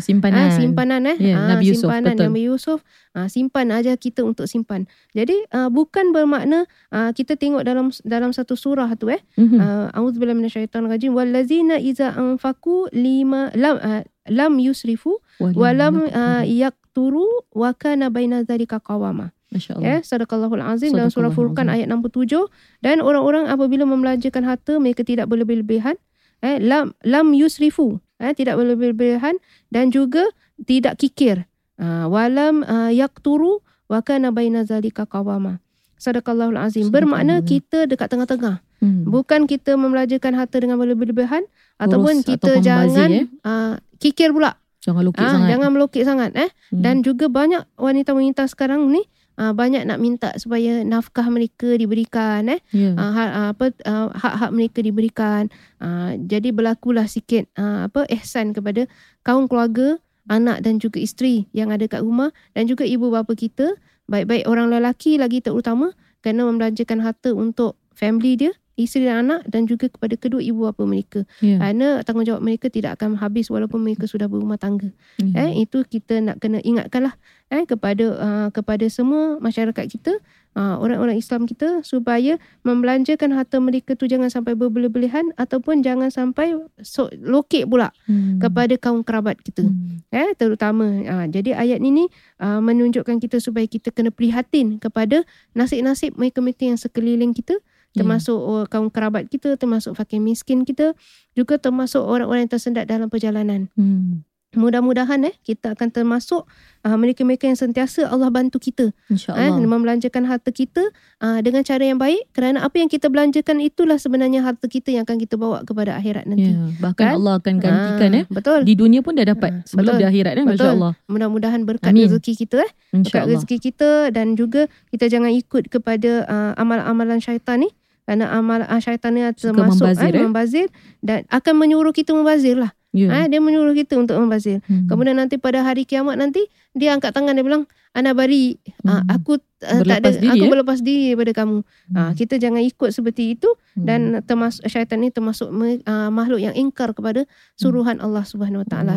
Ah, simpanan. simpanan eh. Ya, Ah, Nabi Yusuf, simpanan betul. Nabi Yusuf. Ah, simpan aja kita untuk simpan. Jadi ah, bukan bermakna ah, kita tengok dalam dalam satu surah tu eh. Mhm. Uh, A'udzubillahi minasyaitonir rajim. Wallazina iza anfaqu lima lam ah, lam yusrifu Walim walam yaqtur. uh, yakturu wa kana baina zalika qawama. Masya Allah. Ya, sadaqallahul azim dalam surah Sadaqallahul Furqan azim. ayat 67 dan orang-orang apabila membelanjakan harta mereka tidak berlebih-lebihan. Eh, lam lam yusrifu, eh, tidak berlebih-lebihan dan juga tidak kikir. Ah, walam uh, yakturu wa kana baina zalika qawama. Sadaqallahul azim. Bermakna Sadaqallahul azim. kita dekat tengah-tengah. Hmm. Bukan kita membelanjakan harta dengan berlebih-lebihan ataupun atau kita pembazir, jangan eh. uh, kikir pula. Jangan lukis Ah, sangat. jangan melukit sangat eh. Hmm. Dan juga banyak wanita-wanita sekarang ni uh, banyak nak minta supaya nafkah mereka diberikan eh. Ya. Uh, hak, uh, apa uh, hak-hak mereka diberikan. Uh, jadi berlakulah sikit uh, apa ihsan kepada kaum keluarga, anak dan juga isteri yang ada kat rumah dan juga ibu bapa kita, baik-baik orang lelaki lagi terutama kerana membelanjakan harta untuk family dia isteri dan anak dan juga kepada kedua ibu bapa mereka. Ya. Kerana tanggungjawab mereka tidak akan habis walaupun mereka sudah berumah tangga. Ya. Eh itu kita nak kena ingatkanlah eh kepada uh, kepada semua masyarakat kita, uh, orang-orang Islam kita supaya membelanjakan harta mereka tu jangan sampai berlebihan ataupun jangan sampai so, lokek pula Hmm. kepada kaum kerabat kita Hmm. eh terutama ha, jadi ayat ni ni uh, menunjukkan kita supaya kita kena prihatin kepada nasib-nasib mereka-mereka yang sekeliling kita Ya. termasuk yeah. kaum kerabat kita termasuk fakir miskin kita juga termasuk orang-orang yang tersendat dalam perjalanan Hmm. mudah-mudahan eh kita akan termasuk uh, mereka-mereka yang sentiasa Allah bantu kita Insya eh, Ya Allah. membelanjakan harta kita uh, dengan cara yang baik kerana apa yang kita belanjakan itulah sebenarnya harta kita yang akan kita bawa kepada akhirat Ya. nanti Bahkan Kan? Allah akan gantikan Ah, eh. betul Di dunia pun dah Ah, dapat sebelum betul. di akhirat eh. Masya Betul. Allah. mudah-mudahan berkat Amin. rezeki kita eh Insya berkat Allah. Ya. rezeki kita dan juga kita jangan ikut kepada uh, amalan-amalan syaitan ni kerana amal ah, syaitan ni termasuk ah, membazir, eh. membazir dan akan menyuruh kita membazir lah Ya. yeah. dia menyuruh kita untuk membazir Hmm. Ah, kemudian nanti pada hari kiamat nanti dia angkat tangan dia bilang ana bari ah, Hmm. aku ah, tak Berlepas ada diri, aku eh. berlepas diri daripada kamu Ah, kita jangan ikut seperti itu Hmm. dan termasuk syaitan ni termasuk me- ah, makhluk yang ingkar Hmm. kepada suruhan Allah Subhanahu Wa Taala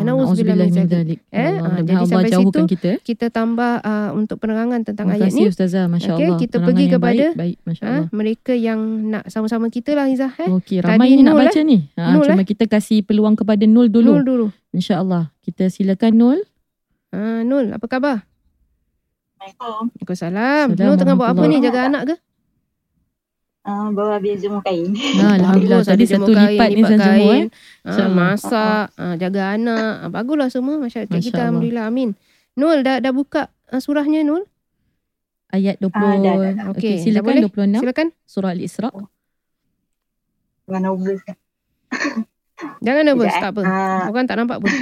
nauzubillahi Nauzubillah min lah. min zalik. dzalik. Eh, ah, Allah, jadi mudah-mudahan Allah sampai jauhkan situ, kita. eh. kita tambah ah, untuk penerangan tentang Terima ayat ni kasih Ustazah. Masya Okey, Allah. kita Penerangan pergi yang kepada, Baik, baik. Masya Ha, Allah. mereka yang nak sama-sama kita lah Izzah eh. Okey, Tadi ramai yang nak Nul, eh. baca ni. Ha, Nul, cuma kita kasih peluang kepada Nul dulu. Nul dulu. InsyaAllah. Kita silakan Nul. Ha, Nul, apa khabar? Assalamualaikum. Waalaikumsalam. Salam, Nul tengah buat apa warahmatullahi ni? Jaga anak ke? Ah, Uh, bawa habis jemur kain. Ha, Alhamdulillah. Hmm. Bagus, ada Tadi jemur satu lipat ni lipat Zan Jemur. kain. Ha, Eh. InsyaAllah. masak, ha, jaga anak. Ha, baguslah semua masyarakat Masya kita. Allah. Alhamdulillah. Amin. Nul, dah, dah buka ah, surahnya Nul? Ayat Ah, 20. dah, dah, dah. Okey, Okey, dah silakan boleh? Oh. 26. Silakan. Surah Al-Isra. Dengan nervous. kan? Jangan nervous, Ya. Sekejap, tak apa. eh. Ah, Orang tak nampak pun.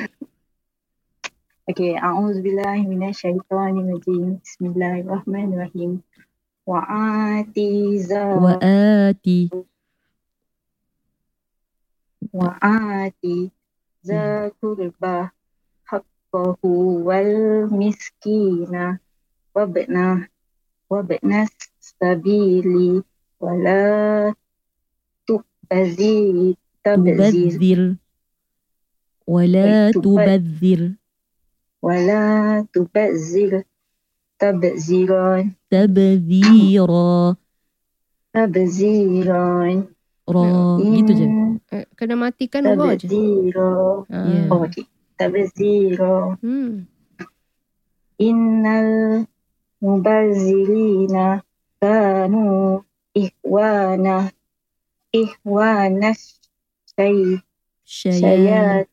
Okey, a'udzubillahi minasyaitonirrajim. Bismillahirrahmanirrahim. Wa'ati za Wa'ati wa'ati za kurba haqqahu wal miskina wabna wabna sabili wala tukbazi tabzir تبذر ولا Eh, tubad. تبذر wala tubazir tabziran تبذيرا tabziran ra Oh, gitu je. In Uh, kena matikan roh je. tabzira Ha. Yeah. oh, okay. tabzira Hmm. Innal mubazirina kanu ihwana ihwana Ya, syai Syaya- syayat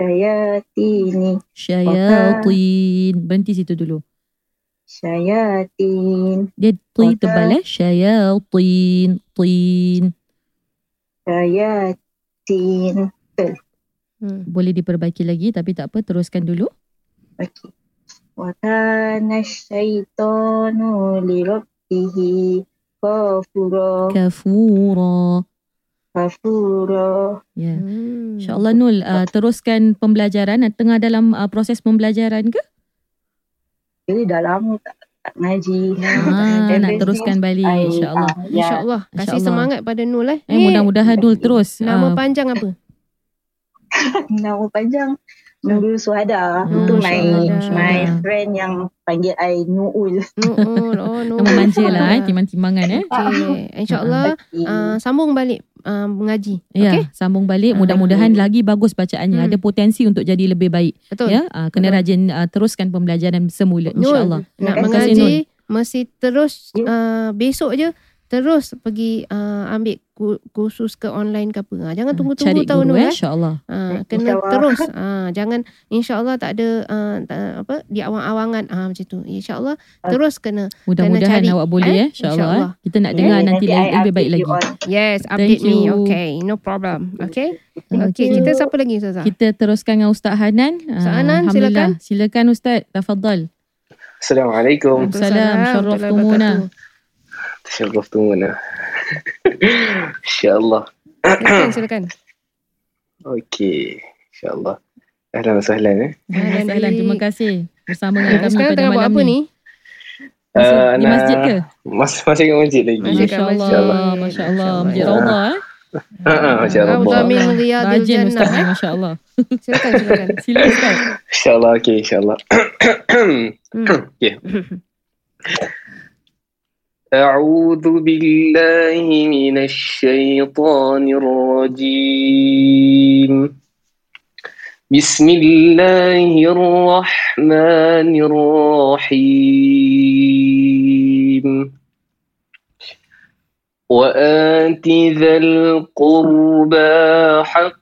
syayatini Syayatin. Berhenti situ dulu. syayatin Dia ti Maka- tebal eh. Syayatin. Tin. syayatin Hmm. Boleh diperbaiki lagi tapi tak apa. Teruskan dulu. okey wa kana syaitanu li rabbihi Oh. kafura Kafura. kafura Ya. Hmm. InsyaAllah Nul, uh, teruskan pembelajaran. Tengah dalam uh, proses pembelajaran ke? jadi dah lama tak, tak ngaji Ha, nak Everything teruskan balik I- insyaAllah. ah, ya. InsyaAllah. Kasih InsyaAllah. semangat pada Nul eh. Eh, mudah-mudahan Nul terus. Nama ah, panjang apa? Nama panjang Nurul Suhada. Hmm, tu Nurul my Suhada. my friend yang panggil I Nuul. Nuul. Oh, Nuul. nama manja lah eh, timang-timangan eh. Okay. InsyaAllah Ah, Ah. uh, sambung balik uh, mengaji. Ya, Okay? sambung balik. Ah. Mudah-mudahan lagi bagus bacaannya. Hmm. Ada potensi untuk jadi lebih baik. Betul. Ya, ah, kena Betul. rajin ah, teruskan pembelajaran semula Nul, insya-Allah. nak Terima kasih, mengaji mesti terus Ya. uh, besok je terus pergi uh, ambil ku- kursus ke online ke apa. Ah, Jangan tunggu-tunggu Cari tahun guru Nul eh, eh. insya-Allah. Ha, Eh, kena insyaAllah. terus. Ha, jangan insya-Allah tak ada uh, tak, apa di awang-awangan ha, macam tu. Insya-Allah Ah. terus kena. Mudah-mudahan cari, awak boleh eh, InsyaAllah. insya-Allah. eh. Kita nak Okay, dengar nanti I lebih lebih baik update you lagi. all. Yes, Thank update me. you. Okay, no problem. Okay. Thank Okay, you. kita siapa lagi Ustazah? Kita teruskan dengan Ustaz Hanan. Ah, Ustaz Hanan, Alhamdulillah. Silakan Ustaz, tafadhal. Assalamualaikum. Waalaikumsalam. Syaraftumuna. Syaraf tu mana? InsyaAllah. Silakan, silakan. Okey. InsyaAllah. Ahlan wa sahlan eh. Ahlan, Ahlan, Dik. terima kasih bersama dengan kami Sekarang pada tengah buat malam apa ni. ni? Masih di Ah, nak- Eh, masjid ke? Mas masih kat masjid lagi. Masih kat Masya-Allah, masjid. masya-Allah. Masya-Allah. Masjid Raudhah eh. Ha ah, Raudhah insya-Allah. min Allah. riyadil Rajin jannah. Ustaz, eh? masya-Allah. Silakan, silakan. Sila Ustaz. Insya-Allah okey, insya-Allah. Hmm. أعوذ بالله من الشيطان الرجيم بسم الله الرحمن الرحيم وآت ذا القربى حقه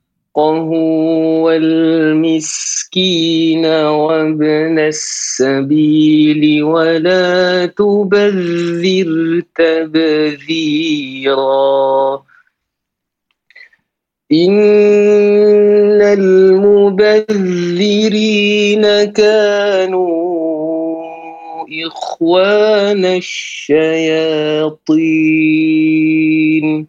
والمسكين وابن السبيل ولا تبذر تبذيرا إن المبذرين كانوا إخوان الشياطين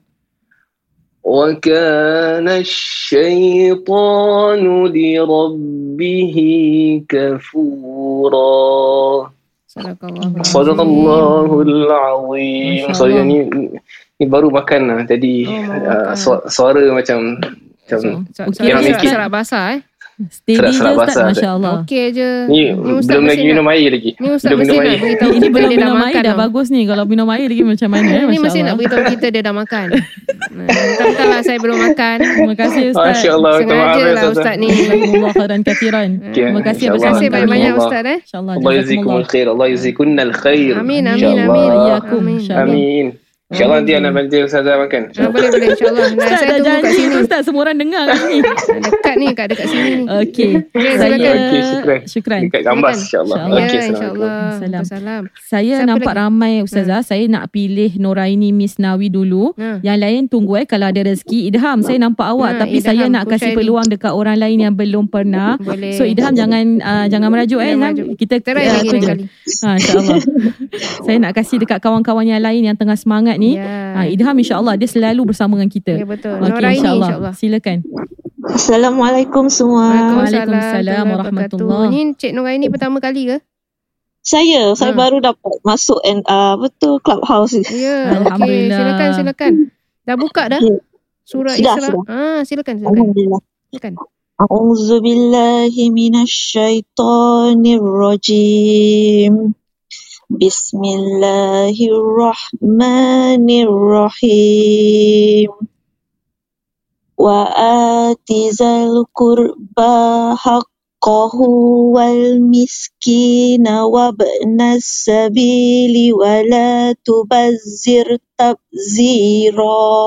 وكان الشيطان لربه كفورا Sadaqallah. صدق الله العظيم Masya sorry Allah. ni ni baru makan lah tadi Oh, baru uh, makan. su- suara macam macam So, okay, Okey, make serak, it. serak basah eh. Steady je Serak-serak Ustaz, basah, masya-Allah. Okey je. ni Ustaz belum mesti lagi nak- minum air lagi Ni Ustaz belum mesti minum nak air. beritahu Ini kita belum dia dah minum air makan. dah tau. bagus ni. Kalau minum air lagi macam mana eh? Ni mesti Masya nak Allah. beritahu kita dia dah makan. Nah, Entah-entahlah saya belum makan. Terima kasih Ustaz. Masya Allah minta maaf Sengaja ya, lah Ustazah. Ustaz ni. Jazakumullah khairan kathiran. Terima Okay, kasih Terima insyaAllah. bersama kasih Allah. banyak-banyak Allah. Ustaz eh. InsyaAllah. Allah yazikum Jazakumullah. khair Allah yazikunna al khair Amin, amin, InsyaAllah. amin. Iyakum, Amin. insyaAllah. amin InsyaAllah nanti anak bantu Ustazah makan. Ah, boleh boleh insyaAllah. Nah, Ustaz saya dah tunggu kat janji sini. tu Ustaz Semua orang dengar kat sini Ah, Dekat ni kat dekat sini ni. Okey Okay, Eh, Saya silakan. Okey, syukran. Syukran Dekat Gambas insyaAllah. InsyaAllah. Okey, ya, Assalamualaikum. insyaAllah. Salam. Salam. Saya Siapa nampak lagi? Hmm. ramai Ustazah Saya nak pilih Noraini Miss Nawi dulu Ha. Yang lain tunggu eh Kalau ada rezeki Idham saya nampak awak Ha, Tapi Idham, saya nak Bu kasih Syairi. peluang Dekat orang lain yang belum pernah Boleh. So Idham jangan uh, jangan merajuk eh Hmm. Jangan merajuk. Idham. Kita Try ah, lagi tu lain je. kali. Ha insyaallah. Saya nak kasih dekat kawan-kawan yang lain yang tengah semangat ni. Ya. Ha Idham insyaallah dia selalu bersama dengan kita. Ya betul. Okey, Nora ini insyaAllah. Silakan. Assalamualaikum semua. Waalaikumsalam warahmatullahi warahmatullahi. wabarakatuh. Ni Cik Nora ini pertama kali ke? Saya saya Hmm. baru dapat masuk and uh, betul clubhouse. Ya. Okey, Alhamdulillah. silakan silakan. Dah buka dah? Ya. Surah Sudah, Isra. sudah. Ah, silakan silakan. Alhamdulillah. Silakan. A'udzu billahi minasyaitonir rajim. Bismillahirrahmanirrahim. Wa atizal qurba haqqahu wal miskina wabnas sabili wa la tubazzir tabzira.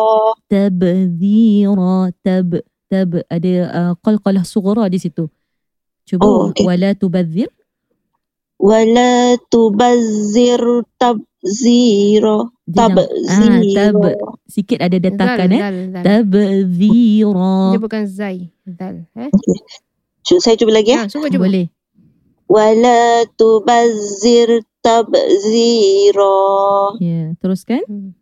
Tabdhira tab tab ada uh, qalqalah sughra di situ. Cuba Oh, okey. wala tubadzir. ولا تبذر تبذيرا Dia nak- Ah, tab تبذيرا sikit ada detakan eh. Zal, zal. Dia Tabdhira. bukan Zai. Zal. Eh? شو saya cuba lagi ya Ha, cuba cuba. Boleh. ولا تبذر تبذيرا Ya, teruskan. Hmm.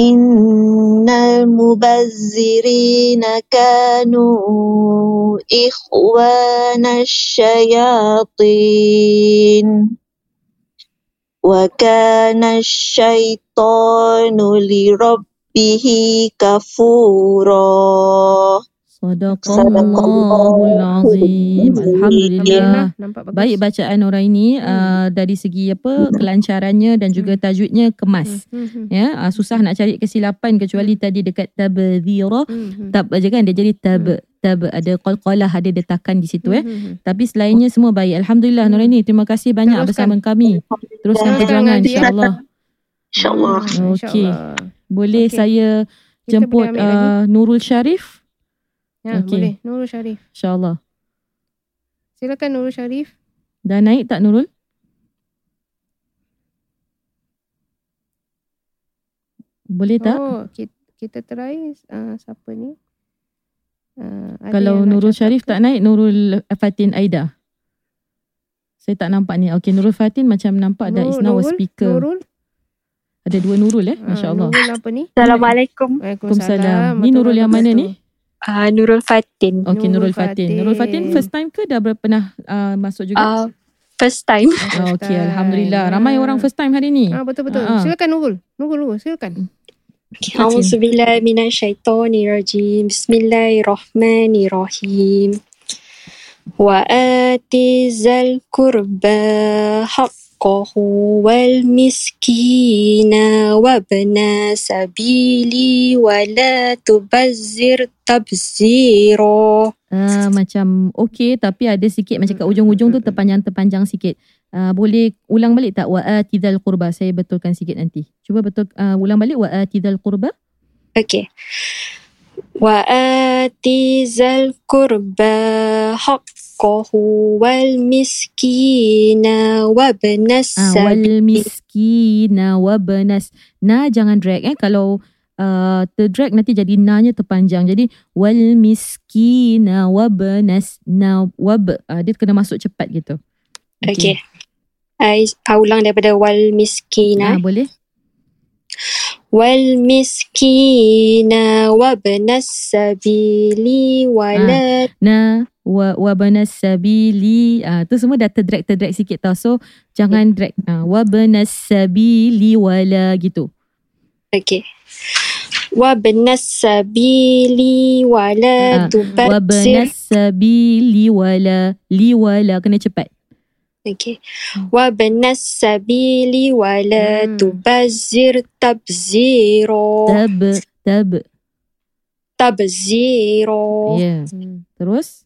إن المبذرين كانوا إخوان الشياطين وكان الشيطان لربه كفورا Sadaqallahul azim. Alhamdulillah. Alhamdulillah. Hmm. Nampak bagus. Baik bacaan orang ini uh, dari segi apa kelancarannya dan juga tajwidnya kemas. Hmm, hmm, Ya, uh, susah nak cari kesilapan kecuali tadi dekat tabdhira. hmm, hmm. Tab aja kan dia jadi tab tab ada qalqalah ada detakan di situ eh. Hmm, hmm, hmm. Tapi selainnya semua baik. Alhamdulillah Hmm. Noraini terima kasih banyak Teruskan. bersama kami. Teruskan Teruskan perjuangan nanti, ya. insya-Allah. InsyaAllah Hmm, InsyaAllah. Boleh Okey. saya Kita jemput boleh ambil lagi. uh, Nurul Syarif Ya, okey. boleh. Nurul Syarif. insya-Allah. Silakan Nurul Syarif. Dah naik tak Nurul? Boleh tak? Oh, kita, kita try uh, siapa ni? Uh, ada Kalau yang nak Nurul cakap Syarif ke? tak naik, Nurul Fatin Aida. Saya tak nampak ni. Okey, Nurul Fatin macam nampak dah Nur- is now a speaker. Nurul, Ada dua Nurul eh, Ah, masya-Allah. Nurul apa ni? Assalamualaikum. Waalaikumsalam. Ni Nurul yang mana ni? Uh, Nurul Fatin. Okey, Nurul Nurul Fatin. Fatin. Nurul Fatin first time ke dah ber- pernah uh, masuk juga? Uh, first time. Oh, Okey, alhamdulillah. Ramai orang first time hari ni. Ah betul betul. Ah, ah. Silakan Nurul. Nurul Nurul silakan. A'udzubillahi minasyaitonirrajim. Bismillahirrahmanirrahim. Wa atizal qurba haqqahu wal miskina wabna sabili wa la tubazzir tabzira. Ah, macam okey tapi ada sikit macam kat ujung-ujung tu terpanjang-terpanjang sikit. Ah, boleh ulang balik tak wa atidal qurba? Saya betulkan sikit nanti. Cuba betul ah, ulang balik wa atidal qurba. Okay. وآتي ذا القربى حقه والمسكين وابن Ah, wal السبيل miskina wabnas. Na jangan drag eh kalau uh, terdrag nanti jadi na-nya terpanjang. Jadi wal miskina wabnas na wab. Ah, dia kena masuk cepat gitu. Okay. I, I ulang daripada wal miskina. Ah, boleh? Wal miskina wabna sabili wala na wa wabanas sabili ah tu semua dah terdrag terdrag sikit tau so jangan drag ah wabanas sabili wala gitu Ah. okay. Wabna sabili Ah, wala tubatsir wabanas sabili wala li wala kena cepat Okay. وابن السبيل ولا Hmm. تبذر تبذيرا tab tab تبذيرا yeah Hmm. terus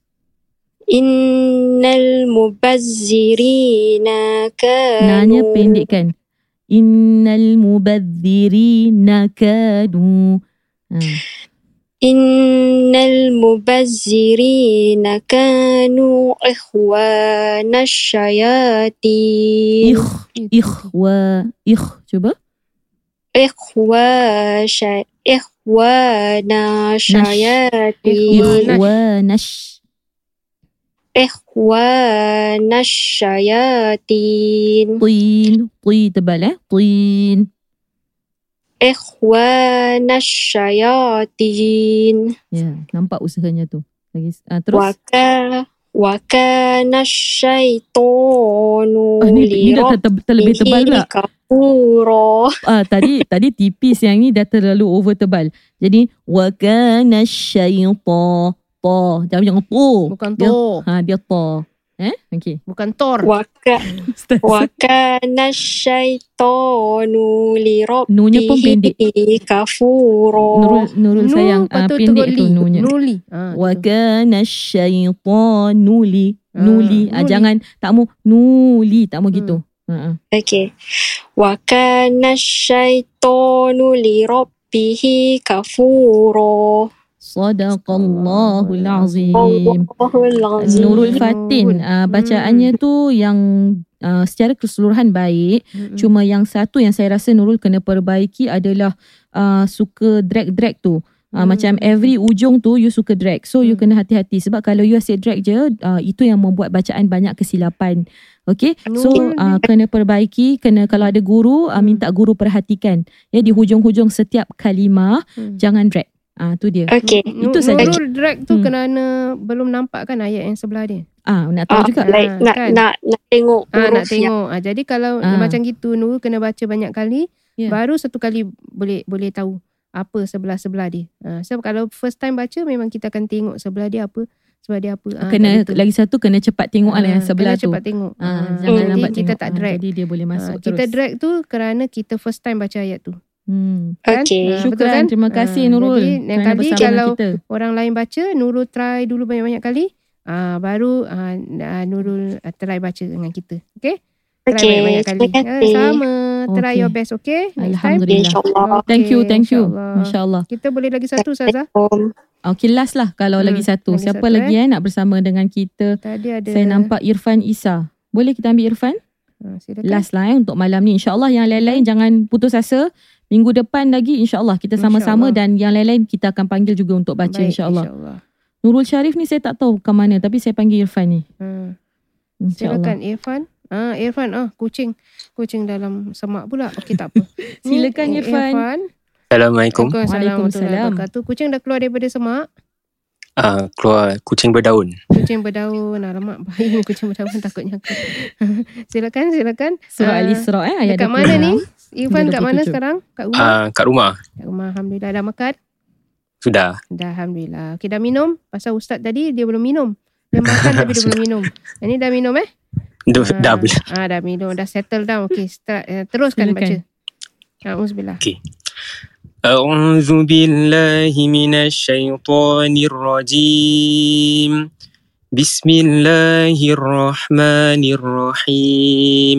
إن المبذرين nanya كانوا pendekkan Innal mubadzirina kanu. Ha. Innal mubazzirina kanu ikhwana syayatin. Ikh, ikhwa, ikh. Cuba. Ikhwa syay- ikhwana Ikhwana. syayatin. Ikhwanash. Ikhwana syayatin. Tin. Tin tebal eh. Tin. Ikhwana syayatin. Ya, yeah, nampak usahanya tu. Lagi uh, terus. Waka wakana syaitonu Ah, ni, ni li dah ter, ter, terlebih tebal pula. rabbihi kafura. Ah, tadi tadi tipis yang ni dah terlalu over tebal. Jadi wa kana syaita ta. Jangan jangan po. Bukan Dia- Thor. Ha dia ta. Eh? Okey. Bukan Thor. Waka Ustaz. wakana syaitonu li Nunya pun pendek. rabbihi Nurul kafura. Nurul sayang oh. ah, patut pendek teruk tu li. nunya. Nuli. Ha, Wa tu. kana syaitanu li Ah, nuli. Ah, nuli. jangan tak mau nuli, tak mau Hmm. gitu. Ha ah. Okey. Wakana syaitonu li rabbihi kafura. Sadaqallahul azim. Allahul azim. Nurul Fatin uh, bacaannya tu yang uh, secara keseluruhan baik Mm-mm. cuma yang satu yang saya rasa Nurul kena perbaiki adalah uh, suka drag-drag tu Uh, Hmm. Macam every ujung tu you suka drag. So you Hmm. kena hati-hati. Sebab kalau you asyik drag je, uh, itu yang membuat bacaan banyak kesilapan. Okay. So Nurul. uh, kena perbaiki. Kena kalau ada guru, uh, Hmm. minta guru perhatikan. Ya di hujung-hujung setiap kalimah, Hmm. jangan drag. Ah uh, tu dia. Okey. Nu- Itu saja. Nurul drag tu Hmm. kerana belum nampak kan ayat yang sebelah dia. Ah nak tahu Ah, juga. like, Ah, nak, kan? nak, nak tengok Ah, nak huruf yang tengok. Ah, jadi kalau Ah. macam gitu Nurul kena baca banyak kali Ya. baru satu kali boleh boleh tahu apa sebelah-sebelah dia. Ah, so kalau first time baca memang kita akan tengok sebelah dia apa, sebelah dia apa. Ah, kena kat situ. lagi satu kena cepat tengok lah yang Ah, sebelah kena tu. cepat tengok. Ah, Ah, jangan jadi lambat kita tengok. tak Ah, drag. jadi dia boleh Ah, masuk terus. kita drag tu kerana kita first time baca ayat tu. Hmm. Kan? Okey. Ah, betul Syukran, kan? terima Ah, kasih Nurul. Jadi lain kerana kali bersama kalau kita. orang lain baca, Nurul try dulu banyak-banyak kali. Ah, baru ah, ah, Nurul ah, try baca dengan kita. Okay? Try Okey, banyak-banyak kali. terima Ah, kasih. sama. Try Okey. your best, okay? Next time. Alhamdulillah. InsyaAllah. Thank you, Okey, thank you. insyaAllah. Masya-Allah. Kita boleh lagi satu, Saza. Okay, last lah kalau Hmm, lagi satu. lagi Siapa satu, lagi eh nak bersama dengan kita? Tadi ada. Saya nampak Irfan Isa. Boleh kita ambil Irfan? Ah, silakan. Last lah eh untuk malam ni. InsyaAllah yang lain-lain jangan putus asa. Minggu depan lagi insyaAllah kita InsyaAllah. sama-sama dan yang lain-lain kita akan panggil juga untuk baca Baik, insyaAllah. InsyaAllah. Nurul Syarif ni saya tak tahu ke mana tapi saya panggil Irfan ni. Hmm. InsyaAllah. Silakan Irfan. Ah Irfan ah kucing. Kucing dalam semak pula. Okey tak apa. Ni, Silakan, eh, Irfan. Irfan. Assalamualaikum. Waalaikumsalam. Waalaikumsalam. Tu kucing dah keluar daripada semak. Ah, keluar kucing berdaun. Kucing berdaun. Alamak bahaya ni kucing berdaun takutnya aku. silakan silakan. Surah Ah, Al-Isra eh ayat Dekat mana 26. ni? Irfan kat mana 27. sekarang? Kat rumah. Ah, kat rumah Kat rumah alhamdulillah dah makan. sudah. Dah alhamdulillah. Okey dah minum? Pasal ustaz tadi dia belum minum. Dia makan tapi dia belum minum. Yang ni dah minum eh? Du, Dah boleh. Ah dah minum dah settle down. Okey start eh, teruskan baca. Silakan. Auzubillah. أعوذ بالله من الشيطان الرجيم بسم الله الرحمن الرحيم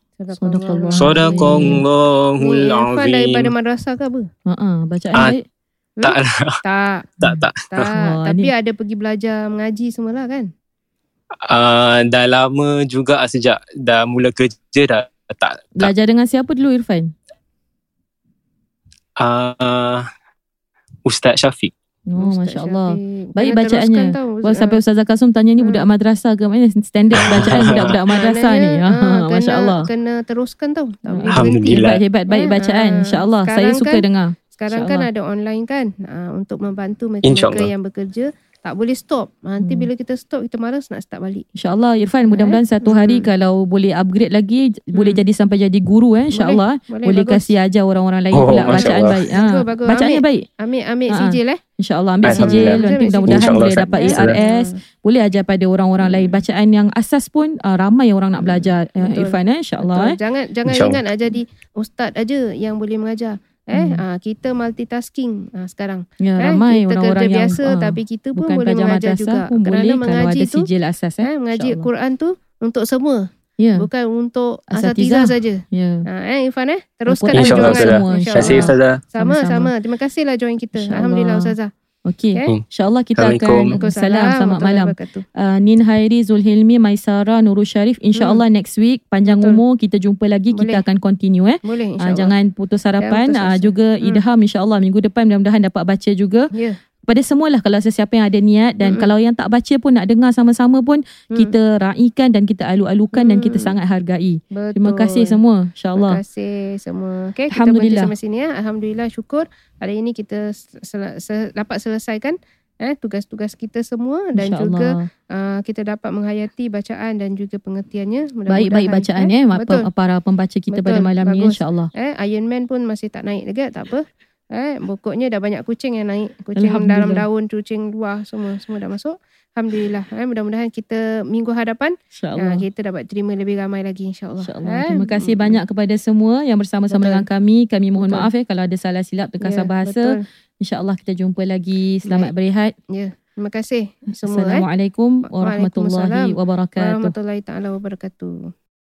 Sadaqallah. صدق الله Ni Irfan daripada العظيم madrasah ke apa? Ha ah, bacaan Ah, baik. tak lah, Tak, tak tak tak. Wah, Tapi ni- ada pergi belajar mengaji semualah kan? uh, dah lama juga ah, sejak dah mula kerja dah tak tak Belajar dengan siapa dulu Irfan? uh, Ustaz Syafiq Oh, Ustaz masya-Allah. Syafiq. Baik Kena bacaannya. teruskan tau. Wah, sampai Ah, Ustazah Kasum tanya ni Hmm. budak madrasah ke mana standard bacaan budak-budak madrasah ni. maknanya, Ha, ah, kena- masya-Allah. Kena teruskan tau. Tak boleh berhenti. Alhamdulillah. Hebat hebat baik Eh, ah, bacaan insya-Allah. Saya sekarang suka kan- dengar. Sekarang kan ada online kan ah, Ha, untuk membantu mereka-mereka InsyaAllah. yang bekerja Tak boleh stop. Ha, Nanti Hmm. bila kita stop, kita malas nak start balik. InsyaAllah Irfan mudah-mudahan satu hari Hmm. kalau boleh upgrade lagi Hmm. boleh jadi sampai jadi guru eh insyaAllah. Boleh, boleh bagus. kasih ajar orang-orang lain Oh, Masya pula bacaan Allah. baik. Ha. Bagus, bagus. Bacaannya baik. Ambil, ambil Ha, ha. sijil eh. InsyaAllah ambil Alhamdulillah. sijil nanti mudahan InsyaAllah, boleh Ustaz. dapat Ya. ARS. Hmm. Boleh ajar pada orang-orang lain bacaan yang asas pun uh, ramai orang nak belajar uh, Betul. Irfan eh insyaAllah Betul. eh. Jangan jangan InsyaAllah. ingat nak jadi ustaz aja yang boleh mengajar. Eh, Hmm. ha, kita multitasking ha, sekarang. Ya eh, ramai kita kerja orang-orang yang biasa ah, tapi kita pun bukan boleh pelajar mengajar madrasah juga. pun boleh Kerana kalau mengaji ada tu, sijil asas eh. eh, mengaji InsyaAllah. Quran tu untuk semua, Ya. bukan untuk asatizah Asatizah. saja. Ya. Ha, eh Irfan eh, teruskan perjuangan. Insyaallah, Ustazah. Insyaallah. Terima kasih Ustazah. Sama-sama. Sama-sama. Terima kasihlah join kita. InsyaAllah. Alhamdulillah ah. Ustazah. Okay. Okey. Okay. InsyaAllah kita akan Assalamualaikum. Salam selamat warahmatullahi malam. wabarakatuh. Uh, Nin Hairi Zulhilmi Maisara Nurul Syarif InsyaAllah next week Panjang Hmm. Betul. umur Kita jumpa lagi Boleh. Kita akan continue eh Boleh Uh, insyaAllah. jangan putus harapan Jangan putus uh, asa. Juga Hmm. Idham insyaAllah Minggu depan mudah-mudahan dapat baca juga Ya. Pada semualah Kalau sesiapa yang ada niat Dan Mm-mm. kalau yang tak baca pun Nak dengar sama-sama pun Hmm. Kita raikan dan kita alu-alukan Dan kita Mm. sangat hargai Betul. Terima kasih semua Terima InsyaAllah kasih semua. Okay, kita berhenti Alhamdulillah. sampai sini ya. Alhamdulillah syukur hari ini kita sel- sel- dapat selesaikan eh tugas-tugas kita semua dan InsyaAllah. juga uh, kita dapat menghayati bacaan dan juga pengertiannya. Baik-baik Mudah-mudahan, bacaan eh, mak- Betul. Para pembaca kita pada Betul. malam ni Bagus. InsyaAllah Eh Iron Man pun masih tak naik juga, tak apa. Eh pokoknya dah banyak kucing yang naik. Kucing dalam Alhamdulillah. daun, kucing luar semua semua dah masuk. Alhamdulillah. Eh mudah-mudahan kita minggu hadapan uh, InsyaAllah kita dapat terima lebih ramai lagi insya-Allah. InsyaAllah. Terima kasih banyak kepada semua yang bersama-sama Eh? Hmm. Betul. dengan kami. Kami mohon Betul. maaf eh kalau ada salah silap Ya, terkasar bahasa. betul. InsyaAllah kita jumpa lagi. Selamat berehat. Terima kasih semua eh. Assalamualaikum Waalaikumsalam. warahmatullahi wabarakatuh. warahmatullahi taala wabarakatuh.